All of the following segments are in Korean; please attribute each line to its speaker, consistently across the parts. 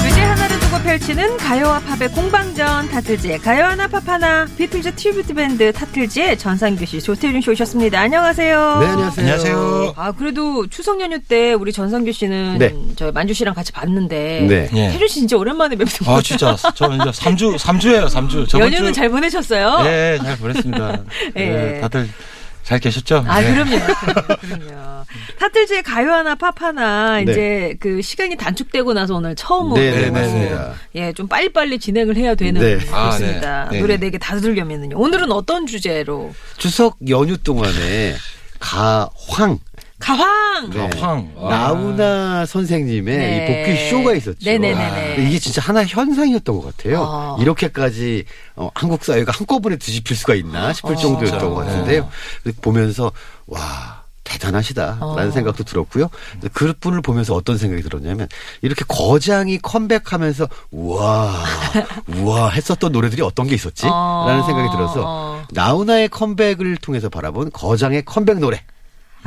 Speaker 1: 주제 하나를 두고 펼치는 가요와 팝의 공방전 타틀즈의 가요 하나 팝 하나 비틀즈 트리뷰트 밴드 타틀즈의 전상규 씨 조태준 씨 오셨습니다. 안녕하세요.
Speaker 2: 네, 안녕하세요.
Speaker 3: 안녕하세요.
Speaker 1: 아 그래도 추석 연휴 때 우리 전상규 씨는
Speaker 2: 네.
Speaker 1: 저희 만주 씨랑 같이 봤는데
Speaker 2: 네.
Speaker 3: 예.
Speaker 1: 태준 씨 진짜 오랜만에 뵙는 거
Speaker 3: 아 진짜 저는 이제 3주 3주예요 3주 저번
Speaker 1: 연휴는
Speaker 3: 주-
Speaker 1: 잘 보내셨어요?
Speaker 3: 예, 잘 보냈습니다.
Speaker 1: 예.
Speaker 3: 예, 다들 잘 계셨죠?
Speaker 1: 아
Speaker 2: 네.
Speaker 3: 예.
Speaker 1: 그럼요. 그럼요, 그럼요. 타틀즈의 가요 하나 팝 하나
Speaker 2: 네.
Speaker 1: 이제 그 시간이 단축되고 나서 오늘 처음으로
Speaker 2: 네, 네,
Speaker 3: 네,
Speaker 2: 맞습니다.
Speaker 1: 예, 좀 빨리빨리 진행을 해야 되는
Speaker 2: 네.
Speaker 3: 아,
Speaker 1: 그렇습니다.
Speaker 3: 네.
Speaker 1: 노래
Speaker 3: 네.
Speaker 1: 네 개 다 들으려면요. 오늘은 어떤 주제로?
Speaker 2: 추석 연휴 동안에 가황
Speaker 1: 가황.
Speaker 2: 네.
Speaker 3: 가황. 와.
Speaker 2: 나훈아 선생님의
Speaker 1: 네.
Speaker 2: 이 복귀 쇼가 있었죠.
Speaker 1: 네네네네.
Speaker 2: 아. 이게 진짜 하나 의 현상이었던 것 같아요.
Speaker 1: 어.
Speaker 2: 이렇게까지 어, 한국 사회가 한꺼번에 뒤집힐 수가 있나 싶을
Speaker 1: 어.
Speaker 2: 정도였던
Speaker 3: 진짜. 네.
Speaker 2: 것 같은데요. 근데 보면서 와. 대단하시다라는
Speaker 1: 어.
Speaker 2: 생각도 들었고요. 근데 그분을 보면서 어떤 생각이 들었냐면 이렇게 거장이 컴백하면서 우와 우와 했었던 노래들이 어떤 게
Speaker 1: 어.
Speaker 2: 있었지라는 생각이 들어서
Speaker 1: 어.
Speaker 2: 나훈아의 컴백을 통해서 바라본 거장의 컴백 노래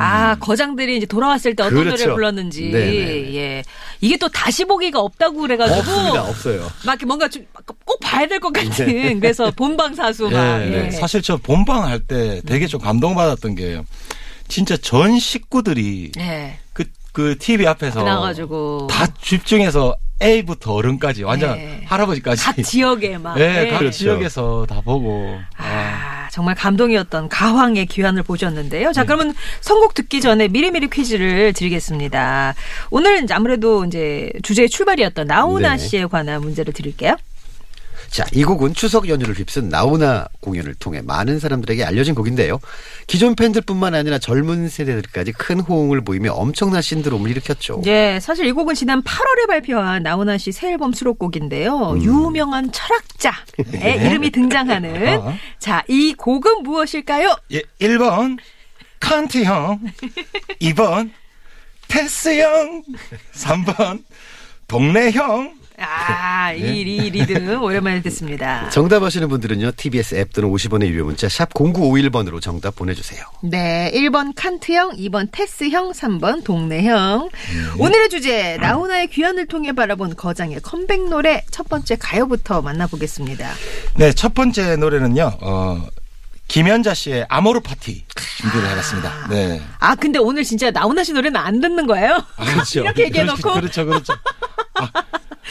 Speaker 1: 아, 거장들이 이제 돌아왔을 때 어떤
Speaker 2: 음. 그렇죠.
Speaker 1: 노래를 불렀는지.
Speaker 2: 네네네.
Speaker 1: 예. 이게 또 다시 보기가 없다고 그래가지고.
Speaker 2: 없습니다 없어요.
Speaker 1: 막 이렇게 뭔가 좀 꼭 봐야 될 것 같은.
Speaker 2: 네.
Speaker 1: 그래서 본방사수 막.
Speaker 3: 예,
Speaker 1: 예.
Speaker 3: 네. 사실 저 본방 할 때 되게 좀 감동받았던 게 진짜 전 식구들이
Speaker 1: 예.
Speaker 3: 그, 그 TV
Speaker 2: 어,
Speaker 3: 앞에서
Speaker 1: 나가지고.
Speaker 3: 다 집중해서 A부터 어른까지 완전
Speaker 1: 네.
Speaker 3: 할아버지까지
Speaker 1: 각 지역에 막.
Speaker 3: 예,
Speaker 1: 예.
Speaker 3: 각
Speaker 2: 그렇죠.
Speaker 3: 지역에서 다 보고
Speaker 1: 아, 정말 감동이었던 가황의 귀환을 보셨는데요. 자, 그러면 선곡 듣기 전에 미리미리 퀴즈를 드리겠습니다. 오늘 이제 아무래도 이제 주제의 출발이었던 나훈아
Speaker 2: 네.
Speaker 1: 씨에 관한 문제를 드릴게요.
Speaker 2: 자, 이 곡은 추석 연휴를 휩쓴 나훈아 공연을 통해 많은 사람들에게 알려진 곡인데요. 기존 팬들뿐만 아니라 젊은 세대들까지 큰 호응을 보이며 엄청난 신드롬을 일으켰죠.
Speaker 1: 예, 사실 이 곡은 지난 8월에 발표한 나훈아 씨 새 앨범 수록곡인데요. 유명한 철학자의 이름이 등장하는
Speaker 3: 어.
Speaker 1: 자, 이 곡은 무엇일까요?
Speaker 3: 예, 1번 칸트 형, 2번 테스 형, 3번 동네 형.
Speaker 1: 아, 이, 이 리듬 오랜만에 듣습니다.
Speaker 2: 정답 아시는 분들은요. TBS 앱 또는 50원의 유료 문자 샵 0951번으로 정답 보내주세요.
Speaker 1: 네, 1번 칸트형, 2번 테스형, 3번 동네형.
Speaker 3: 음.
Speaker 1: 오늘의 주제, 나훈아의 귀환을 통해 바라본 거장의 컴백 노래 첫 번째 가요부터 만나보겠습니다.
Speaker 3: 네, 첫 번째 노래는요. 어, 김연자 씨의 아모르 파티 준비를 해봤습니다. 네.
Speaker 1: 아, 근데 오늘 진짜 나훈아 씨 노래는 안 듣는 거예요?
Speaker 3: 그렇죠.
Speaker 1: 아, 이렇게 얘기해놓고?
Speaker 3: 그렇죠, 그렇죠. 아,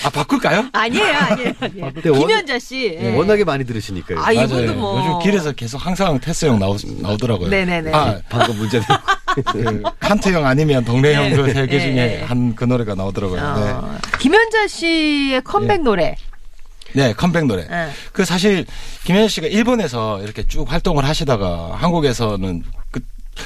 Speaker 3: 아, 바꿀까요?
Speaker 1: 아니에요, 아니에요, 아니에요.
Speaker 2: 근데 원-
Speaker 1: 김현자 씨.
Speaker 3: 네,
Speaker 1: 예.
Speaker 2: 워낙에 많이 들으시니까요.
Speaker 1: 아, 이분도
Speaker 3: 맞아요.
Speaker 1: 뭐.
Speaker 3: 요즘 길에서 계속 항상 테스 형 나오, 나오더라고요.
Speaker 1: 네네네.
Speaker 3: 아,
Speaker 2: 방금 문제 내고.
Speaker 3: 그 칸트 형 아니면 동네 형 그 세 개
Speaker 1: 네.
Speaker 3: 중에 한 그 노래가 나오더라고요. 네. 예.
Speaker 1: 어, 김현자 씨의 컴백 노래.
Speaker 3: 네, 컴백 노래.
Speaker 1: 네.
Speaker 3: 그 사실 김현 씨가 일본에서 이렇게 쭉 활동을 하시다가 한국에서는 그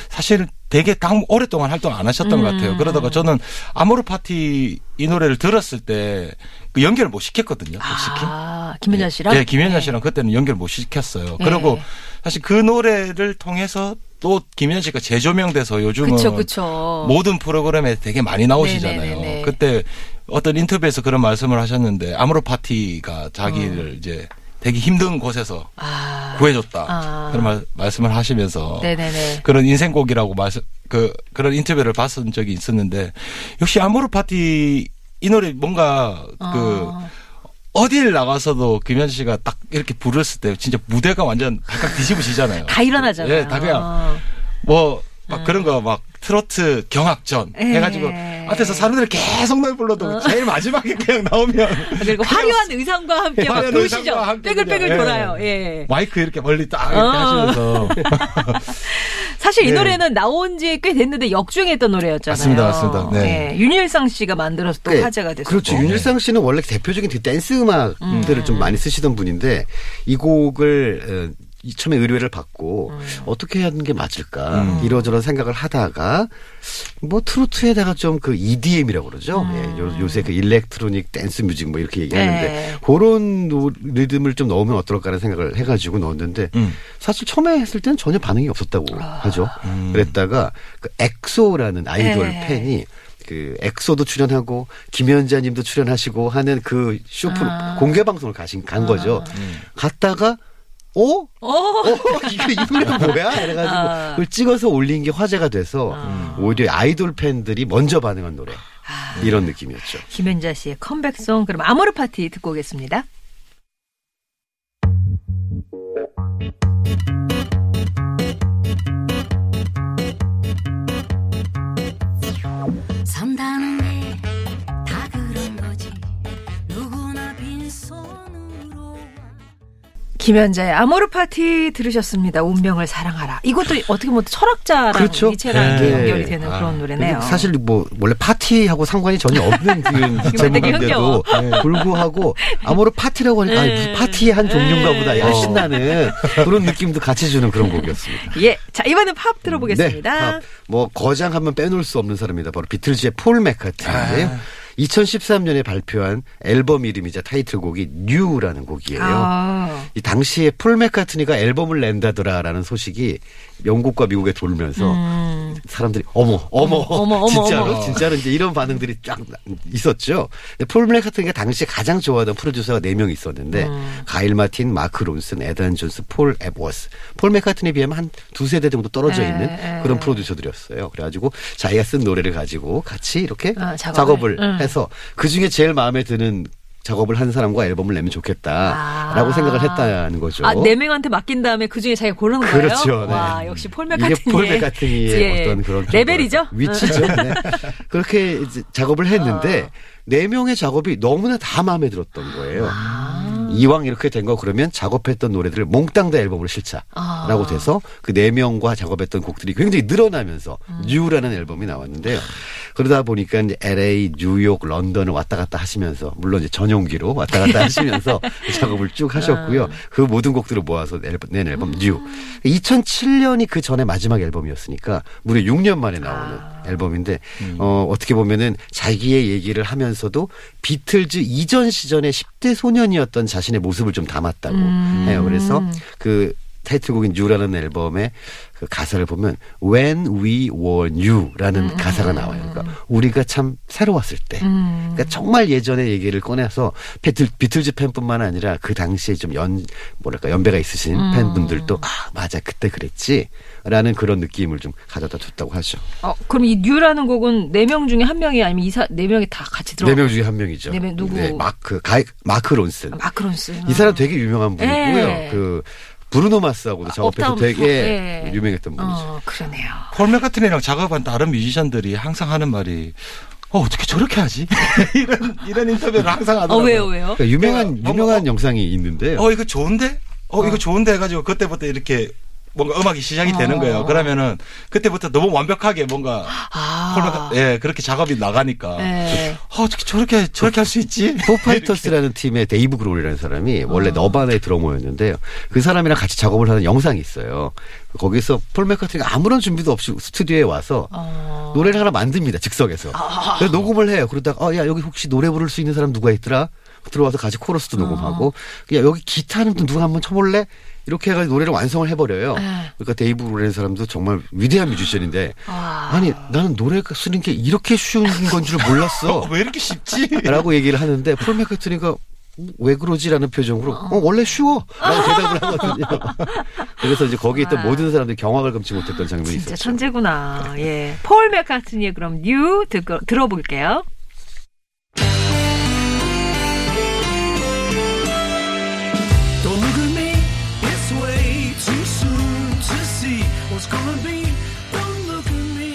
Speaker 3: 사실 되게 당, 오랫동안 활동 안 하셨던 것
Speaker 1: 음.
Speaker 3: 같아요. 그러다가 저는 아모르 파티 이 노래를 들었을 때 그 연결 못 시켰거든요. 못 시킨.
Speaker 1: 아, 김현자 씨랑? 예.
Speaker 3: 네, 김현자 씨랑 그때는 연결 못 시켰어요.
Speaker 1: 네.
Speaker 3: 그리고 사실 그 노래를 통해서 또 김현 씨가 재조명돼서 요즘은
Speaker 1: 그쵸, 그쵸.
Speaker 3: 모든 프로그램에 되게 많이 나오시잖아요.
Speaker 1: 네네네네.
Speaker 3: 그때 어떤 인터뷰에서 그런 말씀을 하셨는데 아모르 파티가 자기를
Speaker 1: 어.
Speaker 3: 이제 되게 힘든 곳에서
Speaker 1: 아.
Speaker 3: 구해줬다
Speaker 1: 아.
Speaker 3: 그런 말, 말씀을 하시면서
Speaker 1: 네네네.
Speaker 3: 그런 인생곡이라고 말씀 그 그런 인터뷰를 봤은 적이 있었는데 역시 아모르 파티 이 노래 뭔가 그
Speaker 1: 아.
Speaker 3: 어딜 나가서도 김현 씨가 딱 이렇게 부르실 때 진짜 무대가 완전 바깥 뒤집어지잖아요.
Speaker 1: 다 일어나잖아요.
Speaker 3: 예, 다 그냥
Speaker 1: 어. 음.
Speaker 3: 뭐 막 그런 거 막 트로트 경악전
Speaker 1: 예.
Speaker 3: 해가지고 앞에서 사람들이 계속 날
Speaker 1: 어.
Speaker 3: 불러도 제일 마지막에 그냥 나오면
Speaker 1: 그리고 화려한 의상과 함께 막
Speaker 3: 화려한
Speaker 1: 도시죠.
Speaker 3: 의상과 함께
Speaker 1: 빼글빼글
Speaker 3: 그냥, 예.
Speaker 1: 돌아요. 예.
Speaker 3: 마이크 이렇게 멀리 딱 이렇게
Speaker 1: 어.
Speaker 3: 하시면서
Speaker 1: 사실 이
Speaker 3: 네.
Speaker 1: 노래는 나온 지 꽤 됐는데 역주행했던 노래였잖아요.
Speaker 3: 맞습니다, 맞습니다. 네.
Speaker 1: 예, 윤일상 씨가 만들어서 또
Speaker 2: 네.
Speaker 1: 화제가 됐어요.
Speaker 2: 그렇죠. 윤일상 씨는
Speaker 1: 음.
Speaker 2: 원래 대표적인 그 댄스 음악들을 좀 많이 쓰시던 분인데 이 곡을 어, 이- 처음에 의뢰를 받고 어떻게 하는 게 맞을까
Speaker 3: 음.
Speaker 2: 이러저런 생각을 하다가 뭐 트로트에다가 좀 그 EDM이라고 그러죠.
Speaker 1: 음.
Speaker 2: 예, 요, 요새 그 일렉트로닉 댄스 뮤직 뭐 이렇게 얘기하는데
Speaker 1: 네.
Speaker 2: 그런 노- 리듬을 좀 넣으면 어떨까라는 생각을 해가지고 넣었는데
Speaker 3: 음.
Speaker 2: 사실 처음에 했을 때는 전혀 반응이 없었다고
Speaker 1: 아.
Speaker 2: 하죠.
Speaker 3: 음.
Speaker 2: 그랬다가 그 엑소라는 아이돌
Speaker 1: 음. 네.
Speaker 2: 팬이 그 엑소도 출연하고 김연자님도 출연하시고 하는 그 쇼프
Speaker 1: 아.
Speaker 2: 공개 방송을 가신 간 거죠.
Speaker 3: 음.
Speaker 2: 갔다가 어?
Speaker 1: 어.
Speaker 2: 어, 이거 이 노래가 뭐야? 이래가지고
Speaker 1: 아.
Speaker 2: 그걸 찍어서 올린 게 화제가 돼서 오히려 아이돌 팬들이 먼저 반응한 노래
Speaker 1: 아.
Speaker 2: 이런 느낌이었죠.
Speaker 1: 김현자 씨의 컴백송 그럼 아모르 파티 듣고 오겠습니다.
Speaker 4: 산다는 게 다 그런 거지 누구나 빈손으로
Speaker 1: 김현자의 아모르 파티 들으셨습니다. 운명을 사랑하라. 이것도 어떻게 보면 철학자랑
Speaker 2: 그렇죠. 아,
Speaker 1: 이체랑
Speaker 3: 네.
Speaker 1: 연결이 되는 그런 노래네요.
Speaker 2: 사실 뭐 원래 파티하고 상관이 전혀 없는 그 제목인데도 네, 불구하고 아무로 파티라고 하니까 아니,
Speaker 1: 네.
Speaker 2: 무슨 파티의 한 종류인가 보다 야
Speaker 3: 어.
Speaker 2: 신나는 그런 느낌도 같이 주는 그런 곡이었습니다.
Speaker 1: 예. 자, 이번엔 팝 들어보겠습니다.
Speaker 2: 네, 아, 뭐 거장하면 빼놓을 수 없는 사람이다. 바로 비틀즈의 폴 맥카트인데요. 2013년에 발표한 앨범 이름이자 타이틀곡이 뉴라는 곡이에요.
Speaker 1: 아.
Speaker 2: 이 당시에 폴 맥카트니가 앨범을 낸다더라라는 소식이 영국과 미국에 돌면서 사람들이 어머 어머
Speaker 1: 음. 어머, 어머,
Speaker 2: 진짜로
Speaker 1: 어머.
Speaker 2: 진짜로 이제 이런 반응들이 쫙 나- 있었죠. 근데 폴 맥카트니가 당시에 가장 좋아하던 프로듀서가 4명 있었는데
Speaker 1: 음.
Speaker 2: 가일 마틴, 마크 론슨, 에단 존스, 폴 에버스. 폴 맥카트니에 비하면 한 두 세대 정도 떨어져
Speaker 1: 에,
Speaker 2: 있는
Speaker 1: 에.
Speaker 2: 그런 프로듀서들이었어요. 그래가지고 자기가 쓴 노래를 가지고 같이 이렇게
Speaker 1: 아, 작업을.
Speaker 2: 작업을,
Speaker 1: 음.
Speaker 2: 해서 그 중에 제일 마음에 드는 작업을 한 사람과 앨범을 내면 좋겠다라고
Speaker 1: 아.
Speaker 2: 생각을 했다는 거죠.
Speaker 1: 아, 네 명한테 맡긴 다음에 그 중에 자기가 고르는 거예요?
Speaker 2: 그렇죠. 네.
Speaker 1: 와, 역시 폴
Speaker 2: 이게
Speaker 1: 맥카트니의
Speaker 2: 폴 맥카트니의
Speaker 1: 예,
Speaker 2: 어떤 그런
Speaker 1: 레벨이죠? 어.
Speaker 2: 위치죠. 네. 그렇게 이제 작업을 했는데 네 명의 작업이 너무나 다 마음에 들었던 거예요.
Speaker 1: 아.
Speaker 2: 이왕 이렇게 된 거 그러면 작업했던 노래들을 몽땅 다 앨범으로 실자라고
Speaker 1: 아.
Speaker 2: 돼서 그 네 명과 작업했던 곡들이 굉장히 늘어나면서
Speaker 1: 음.
Speaker 2: 뉴라는 앨범이 나왔는데요. 그러다 보니까 이제 LA, 뉴욕, 런던을 왔다 갔다 하시면서 물론 이제 전용기로 왔다 갔다 하시면서 작업을 쭉 하셨고요. 그 모든 곡들을 모아서 앨범, 낸 앨범 뉴. 2007년이 그 전에 마지막 앨범이었으니까 무려 6년 만에 나오는 앨범인데 어, 어떻게 보면은 자기의 얘기를 하면서도 비틀즈 이전 시절의 10대 소년이었던 자신의 모습을 좀 담았다고 해요. 그래서 그 타이틀곡인 You라는 앨범의 그 가사를 보면 When we were new라는
Speaker 1: 음.
Speaker 2: 가사가 나와요. 그러니까 우리가 참 새로웠을 때.
Speaker 1: 음.
Speaker 2: 그러니까 정말 예전의 얘기를 꺼내서 비틀, 비틀즈 팬뿐만 아니라 그 당시에 좀 연 뭐랄까 연배가 있으신
Speaker 1: 음.
Speaker 2: 팬분들도 아 맞아 그때 그랬지라는 그런 느낌을 좀 가져다 줬다고 하죠.
Speaker 1: 어, 그럼 이 뉴라는 곡은 네 명 중에 한 명이 아니면 이사 네 명이 다 같이 들어.
Speaker 2: 네 명 중에 한 명이죠.
Speaker 1: 네명 누구? 아.
Speaker 2: 마크 가이, 마크 론슨.
Speaker 1: 마크론스.
Speaker 2: 이 사람 되게 유명한 분이고요.
Speaker 1: 예.
Speaker 2: 그 브루노 마스하고도 작업해서
Speaker 1: 아, 업다운
Speaker 2: 되게
Speaker 1: 예.
Speaker 2: 유명했던 분이죠.
Speaker 1: 어, 그러네요.
Speaker 3: 폴맥 같은 애랑 작업한 다른 뮤지션들이 항상 하는 말이 어, 어떻게 저렇게 하지? 이런 이런 인터뷰를 항상
Speaker 1: 어,
Speaker 3: 하더라고요.
Speaker 1: 왜요, 왜요?
Speaker 2: 그러니까 유명한
Speaker 3: 내가
Speaker 2: 유명한
Speaker 3: 어머,
Speaker 2: 영상이 있는데요.
Speaker 3: 어 이거 좋은데? 어, 이거 좋은데 해가지고 그때부터 이렇게 뭔가 음악이 시작이 되는 거예요. 그러면은 그때부터 너무 완벽하게 뭔가
Speaker 1: 아.
Speaker 3: 폴맥 예 그렇게 작업이 나가니까
Speaker 1: 예.
Speaker 3: 어 어떻게 저렇게 저렇게 할 수 있지?
Speaker 2: 포파이터스라는 팀의 데이브 그롤이라는 사람이 원래 너바나의 드러머였는데요. 그 사람이랑 같이 작업을 하는 영상이 있어요. 거기서 폴 맥카트니가 아무런 준비도 없이 스튜디오에 와서 노래를 하나 만듭니다. 즉석에서. 그래서 녹음을 해요. 그러다가 어, 야 여기 혹시 노래 부를 수 있는 사람 누가 있더라? 들어와서 같이 코러스도 녹음하고 야 여기 기타는 또 누가 한번 쳐볼래? 이렇게 해가지고 노래를 완성을 해버려요. 그러니까 데이브 그롤이라는 사람도 정말 위대한 뮤지션인데 아니 나는 노래 쓰는 게 이렇게 쉬운 건 줄 몰랐어.
Speaker 3: 어, 왜 이렇게 쉽지?
Speaker 2: 라고 얘기를 하는데 폴 맥카트니가 왜 그러지라는 표정으로 어, 원래 쉬워 라고 대답을 하거든요. 그래서 이제 거기 있던 모든 사람들이 경악을 금치 못했던 장면이
Speaker 1: 아. 진짜
Speaker 2: 있었죠. 그러니까.
Speaker 1: 천재구나. 예. 폴 맥카트니의 그럼 뉴 듣고 들어볼게요.
Speaker 5: Don't look at me, it's way too soon to see what's gonna be. Don't look at me.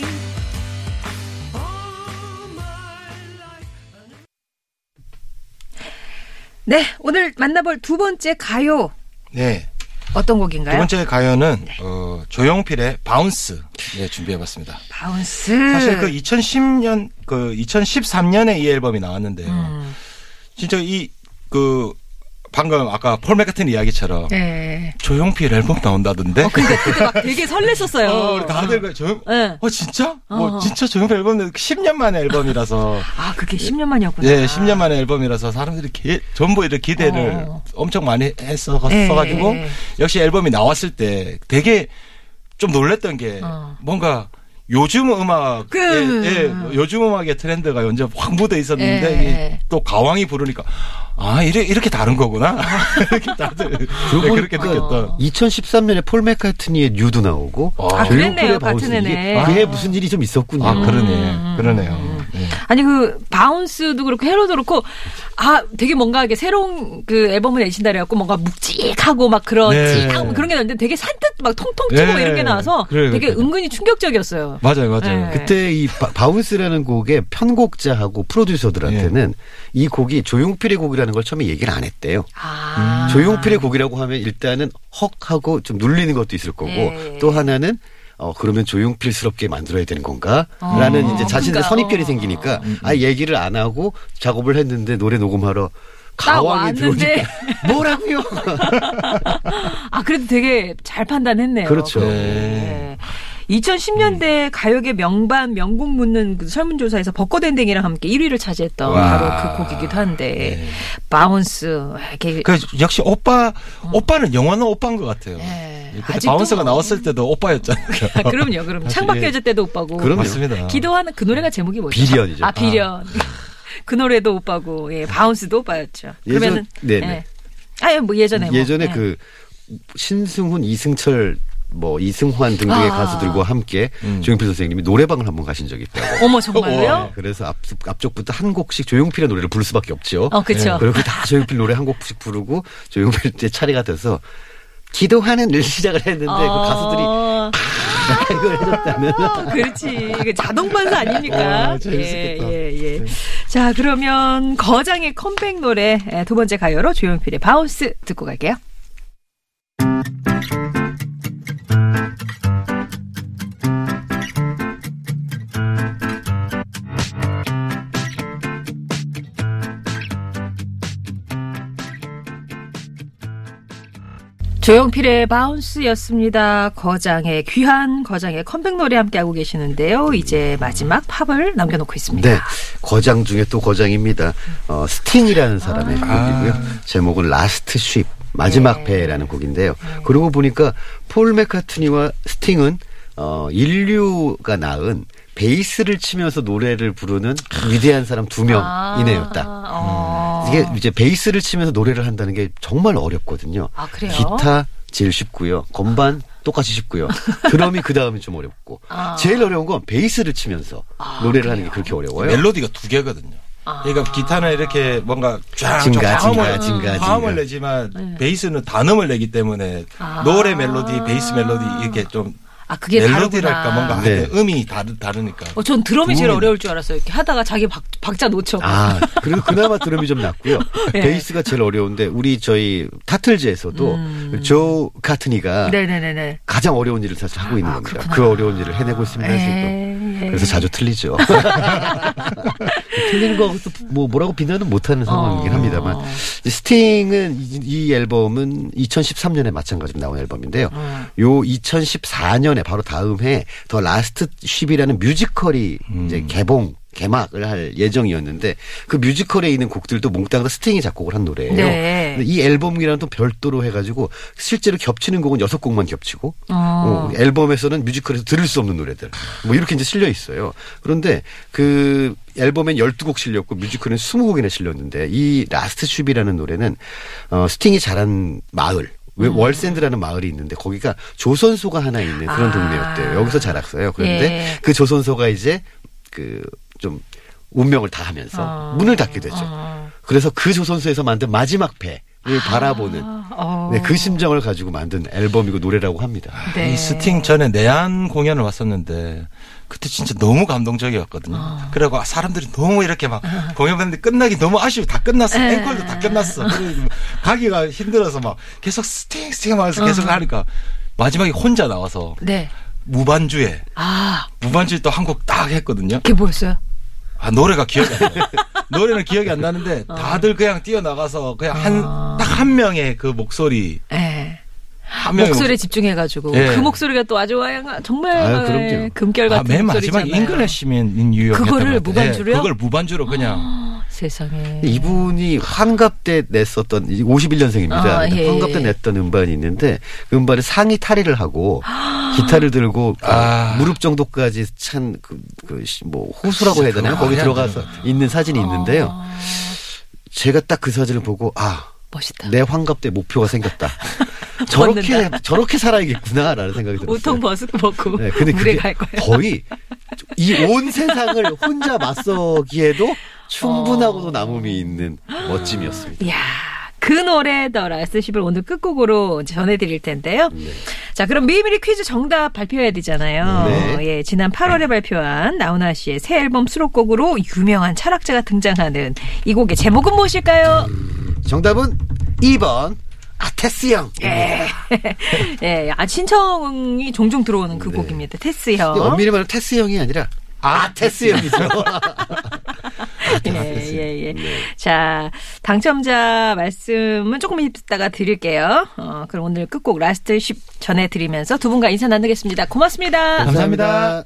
Speaker 5: All my life.
Speaker 1: 네, 오늘 만나볼 두 번째 가요
Speaker 3: 네.
Speaker 1: 어떤
Speaker 3: 두
Speaker 1: 곡인가요?
Speaker 3: 번째 가요는 어, 조용필의 바운스 예, 준비해봤습니다.
Speaker 1: 바운스.
Speaker 3: 사실 그 2010년
Speaker 1: 음.
Speaker 3: 그 2013년에 이 앨범이 나왔는데요. 진짜 이 그 방금 아까 폴 맥카튼 이야기처럼
Speaker 6: 예.
Speaker 3: 조용필 앨범 나온다던데.
Speaker 1: 네. 어, 그러니까 그때 막 되게 설렜었어요.
Speaker 3: 어, 우리 다들 그 조용.
Speaker 1: 네.
Speaker 3: 어 진짜? 뭐
Speaker 1: 어허.
Speaker 3: 진짜 조용필 앨범 10년 만에 앨범이라서.
Speaker 1: 아, 그게 10년 만이었구나.
Speaker 3: 예, 10년 만에 앨범이라서 사람들이 기, 전부 이런 기대를
Speaker 1: 어.
Speaker 3: 엄청 많이 했어
Speaker 6: 예,
Speaker 3: 가지고
Speaker 6: 예, 예.
Speaker 3: 역시 앨범이 나왔을 때 되게 좀 놀랬던 게
Speaker 1: 어.
Speaker 3: 뭔가 요즘 음악
Speaker 1: 그-
Speaker 3: 예, 예, 뭐 요즘 음악의 트렌드가 언제 확 묻어 있었는데
Speaker 1: 예.
Speaker 3: 이또 가왕이 부르니까 아 이래 이렇게 다른 거구나 이렇게 다들 예, 그렇게
Speaker 2: 보니까
Speaker 3: 느꼈던
Speaker 2: 2013년에 폴 맥카트니의 뉴도 나오고
Speaker 3: 아,
Speaker 2: 조용필의
Speaker 1: 그랬네요.
Speaker 2: 바운스.
Speaker 1: 같은
Speaker 2: 이게
Speaker 1: 해네.
Speaker 2: 그해 무슨 일이 좀 있었군요.
Speaker 3: 아 그러네 그러네요 예.
Speaker 1: 아니 그 바운스도 그렇고 헤로도 그렇고 아 되게 뭔가 이게 새로운 그 앨범을 내신다 그래갖고 뭔가 묵직하고 막 그런
Speaker 3: 네.
Speaker 1: 찌하고 그런 게 나는데 되게 산뜻 막 통통 튀고 뭐
Speaker 3: 네.
Speaker 1: 이런 게 나와서
Speaker 3: 그래요,
Speaker 1: 되게
Speaker 3: 그래요.
Speaker 1: 은근히 충격적이었어요.
Speaker 3: 맞아요 맞아요
Speaker 1: 예.
Speaker 2: 그때 이 바- 바운스라는 곡의 편곡자하고 프로듀서들한테는
Speaker 1: 예.
Speaker 2: 이 곡이 조용필의 곡이라는 걸 처음에 얘기를 안 했대요.
Speaker 3: 음,
Speaker 1: 아.
Speaker 2: 조용필의 곡이라고 하면 일단은 헉 하고 좀 눌리는 것도 있을 거고
Speaker 1: 예.
Speaker 2: 또 하나는 어 그러면 조용필스럽게 만들어야 되는 건가라는
Speaker 1: 어,
Speaker 2: 이제 자신의
Speaker 1: 그러니까,
Speaker 2: 선입견이
Speaker 1: 어.
Speaker 2: 생기니까 아 얘기를 안 하고 작업을 했는데 노래 녹음하러 가왕이
Speaker 1: 왔는데.
Speaker 2: 들어오니까 뭐라고요?
Speaker 1: 아 그래도 되게 잘 판단했네요.
Speaker 2: 그렇죠.
Speaker 1: 네. 2010년대 가요계 명반 명곡 묻는 그 설문조사에서 벚꽃엔딩이랑 함께 1위를 차지했던
Speaker 3: 와. 네.
Speaker 1: 바로 그 곡이기도 한데 바운스 이렇게
Speaker 3: 그 역시 오빠 오빠는 영원한 오빠인 것 같아요.
Speaker 1: 예.
Speaker 3: 그때
Speaker 1: 아직도
Speaker 3: 바운스가
Speaker 1: 뭐.
Speaker 3: 나왔을 때도 오빠였잖아요.
Speaker 1: 아, 그럼요, 그럼 창밖 여자 때도 오빠고
Speaker 2: 예. 그럼요.
Speaker 3: 맞습니다.
Speaker 1: 기도하는 그 노래가 제목이 뭐죠?
Speaker 2: 비련이죠. 네.
Speaker 1: 아 비련. 그 노래도 오빠고 예 바운스도 오빠였죠.
Speaker 2: 예전-
Speaker 1: 그러면은
Speaker 2: 네네.
Speaker 1: 예. 아예 뭐 예전에 뭐.
Speaker 2: 예전에
Speaker 1: 예.
Speaker 2: 그 신승훈, 이승철, 뭐 이승환 등등의
Speaker 1: 아. 음.
Speaker 2: 가수들과 함께 조용필 선생님이 노래방을 한번 가신 적이 있다고.
Speaker 1: 어머 정말요?
Speaker 2: 네, 그래서 앞, 앞쪽부터 한 곡씩 조용필의 노래를 부를 수밖에 없죠.
Speaker 1: 어, 그쵸.
Speaker 2: 네, 그리고 다 조용필 노래 한 곡씩 부르고 조용필 때 차례가 돼서 기도하는 을 시작을 했는데 그 가수들이
Speaker 1: 아,
Speaker 2: 다 이걸 해줬다면
Speaker 1: 어, 그렇지. 이게 자동 반사 아닙니까?
Speaker 2: 어, 재밌겠다.
Speaker 1: 예, 예, 예. 자, 그러면 거장의 컴백 노래 예, 두 번째 가요로 조용필의 바운스 듣고 갈게요. 조용필의 바운스였습니다. 거장의 귀한 거장의 컴백 노래 함께하고 계시는데요. 이제 마지막 팝을 남겨놓고 있습니다.
Speaker 2: 네, 거장 중에 또 거장입니다. 어, 스팅이라는 사람의
Speaker 1: 아.
Speaker 2: 곡이고요. 제목은 라스트 쉽
Speaker 1: 네.
Speaker 2: 마지막 배라는 곡인데요. 그러고 보니까 폴 맥카트니와 스팅은 어, 인류가 낳은 베이스를 치면서 노래를 부르는 위대한 사람 두
Speaker 3: 아,
Speaker 2: 명이네요,
Speaker 1: 아,
Speaker 2: 딱.
Speaker 3: 음.
Speaker 1: 어.
Speaker 2: 이게 이제 베이스를 치면서 노래를 한다는 게 정말 어렵거든요.
Speaker 1: 아, 그래요?
Speaker 2: 기타 제일 쉽고요. 건반 똑같이 쉽고요. 드럼이 그 다음에 좀 어렵고.
Speaker 1: 아.
Speaker 2: 제일 어려운 건 베이스를 치면서 노래를 하는 게 그렇게 어려워요.
Speaker 3: 멜로디가 두 개거든요.
Speaker 1: 아.
Speaker 3: 그러니까 기타는 이렇게 뭔가 쫙
Speaker 2: 진가,
Speaker 3: 좀
Speaker 2: 진가, 진가, 진가.
Speaker 3: 화음을 내지만
Speaker 1: 네.
Speaker 3: 베이스는 단음을 내기 때문에 노래 멜로디, 베이스 멜로디 이렇게 좀
Speaker 1: 아, 그게
Speaker 3: 멜로디랄까
Speaker 1: 다르구나.
Speaker 3: 뭔가
Speaker 2: 네.
Speaker 3: 하여튼 음이 다르, 다르니까.
Speaker 1: 어, 전 드럼이 제일
Speaker 3: 부분이-
Speaker 1: 어려울 줄 알았어요. 이렇게 하다가 자기 박, 박자 놓쳐.
Speaker 2: 아, 그리고 그나마 드럼이 좀 낫고요.
Speaker 1: 예.
Speaker 2: 베이스가 제일 어려운데 우리 저희 타틀즈에서도 조 카트니가
Speaker 1: 음. 네네네네.
Speaker 2: 가장 어려운 일을 사실 하고 있는 겁니다. 그 어려운 일을 해내고 있습니다. 지금.
Speaker 1: 아, 예.
Speaker 2: 그래서 자주 틀리죠. 틀리는 거하고도 뭐 뭐라고 비난은 못하는 상황이긴
Speaker 1: 어.
Speaker 2: 합니다만 이제 스팅은 이, 이 앨범은 2013년에 마찬가지로 나온 앨범인데요.
Speaker 1: 어.
Speaker 2: 요 2014년에 바로 다음 해 더 라스트 쉽이라는 뮤지컬이 이제 개봉 개막을 할 예정이었는데 그 뮤지컬에 있는 곡들도 몽땅 다 스팅이 작곡을 한 노래예요.
Speaker 1: 네.
Speaker 2: 근데 이 앨범이랑 또 별도로 해가지고 실제로 겹치는 곡은 여섯 곡만 겹치고
Speaker 1: 아.
Speaker 2: 어, 앨범에서는 뮤지컬에서 들을 수 없는 노래들 뭐 이렇게 이제 실려 있어요. 그런데 그 앨범엔 12곡 실렸고 뮤지컬은 20곡이나 실렸는데 이 라스트 슈비라는 노래는 어, 스팅이 자란 마을 왜
Speaker 1: 음.
Speaker 2: 월샌드라는 마을이 있는데 거기가 조선소가 하나 있는
Speaker 1: 아.
Speaker 2: 그런 동네였대요. 여기서 자랐어요. 그런데
Speaker 1: 예.
Speaker 2: 그 조선소가 이제 그 좀 운명을 다 하면서
Speaker 1: 어.
Speaker 2: 문을 닫게 되죠.
Speaker 1: 아.
Speaker 2: 그래서 그 조선소에서 만든 마지막 배를 바라보는
Speaker 1: 어.
Speaker 2: 네, 그 심정을 가지고 만든 앨범이고 노래라고 합니다.
Speaker 1: 네.
Speaker 3: 이 스팅 전에 내한 공연을 왔었는데 그때 진짜 너무 감동적이었거든요.
Speaker 1: 어.
Speaker 3: 그리고 아, 사람들이 너무 이렇게 막 공연 봤는데 끝나기 너무 아쉬워. 다 끝났어.
Speaker 1: 네.
Speaker 3: 앵콜도 다 끝났어. 그래서 가기가 힘들어서 막 계속 스팅 스팅
Speaker 1: 어.
Speaker 3: 하면서 계속 하니까 마지막에 혼자 나와서
Speaker 1: 네.
Speaker 3: 무반주에
Speaker 1: 아,
Speaker 3: 무반주 또 한 곡 딱 했거든요.
Speaker 1: 그게 뭐였어요? 어.
Speaker 3: 아, 노래가 기억이 안 나요. 노래는 기억이 안 나는데 다들 그냥 뛰어나가서 그냥 한 딱 한 한 명의 그 목소리
Speaker 1: 예.
Speaker 3: 한 명의
Speaker 1: 목소리에 집중해가지고
Speaker 3: 예.
Speaker 1: 그 목소리가 또 아주 와양 정말
Speaker 2: 아유,
Speaker 1: 예,
Speaker 2: 그럼요.
Speaker 1: 금결
Speaker 3: 아,
Speaker 1: 같은
Speaker 3: 맨
Speaker 1: 목소리잖아요.
Speaker 3: 마지막 잉글래시맨 인 뉴욕
Speaker 1: 그거를 무반주로요?
Speaker 3: 예,
Speaker 1: 아.
Speaker 3: 그걸 무반주로 그냥
Speaker 1: 세상에.
Speaker 2: 이분이 환갑 때 냈었던 51년생입니다.
Speaker 1: 아, 예,
Speaker 2: 환갑 때
Speaker 1: 예.
Speaker 2: 냈던 음반이 있는데 그 음반에 상의 탈의를 하고
Speaker 1: 아.
Speaker 2: 기타를 들고 그
Speaker 3: 아.
Speaker 2: 무릎 정도까지 찬그뭐 호수라고 해야 되나요?
Speaker 3: 그거
Speaker 2: 거기
Speaker 3: 아니야,
Speaker 2: 들어가서 있는 사진이 있는데요.
Speaker 1: 아.
Speaker 2: 제가 딱 그 사진을 보고 아
Speaker 3: 네,
Speaker 1: 멋있다.
Speaker 2: 내 환갑 때 목표가 생겼다. 저렇게 저렇게 살아야겠구나라는 생각이 들었어요.
Speaker 1: 우통
Speaker 3: 그렇죠.
Speaker 1: 벗고 벗고
Speaker 2: 네, 근데
Speaker 1: 물에
Speaker 2: 그게
Speaker 1: 갈 거예요.
Speaker 2: 거의 이 온 세상을 혼자 맞서기에도
Speaker 1: 어.
Speaker 2: 충분하고도 남음이 있는 멋짐이었습니다.
Speaker 1: 이야, 그 노래더 라스십을 오늘 끝곡으로 전해드릴 텐데요.
Speaker 2: 네.
Speaker 1: 자, 그럼 미리미리 퀴즈 정답 발표해야 되잖아요.
Speaker 2: 네.
Speaker 1: 예, 지난 8월에 발표한 나훈아 씨의 새 앨범 수록곡으로 유명한 철학자가 등장하는 이 곡의 제목은 무엇일까요?
Speaker 2: 음. 정답은 2번 아테스형.
Speaker 1: 예, 아, 신청이 종종 들어오는 그 곡입니다. 테스 형.
Speaker 2: 네. 엄밀히 말하면 테스형이 아니라 아테스형이죠.
Speaker 1: 예, 예, 예. 자, 당첨자 말씀은 조금 있다가 드릴게요. 어, 그럼 오늘 끝곡 라스트 10 전해드리면서 두 분과 인사 나누겠습니다. 고맙습니다.
Speaker 3: 감사합니다.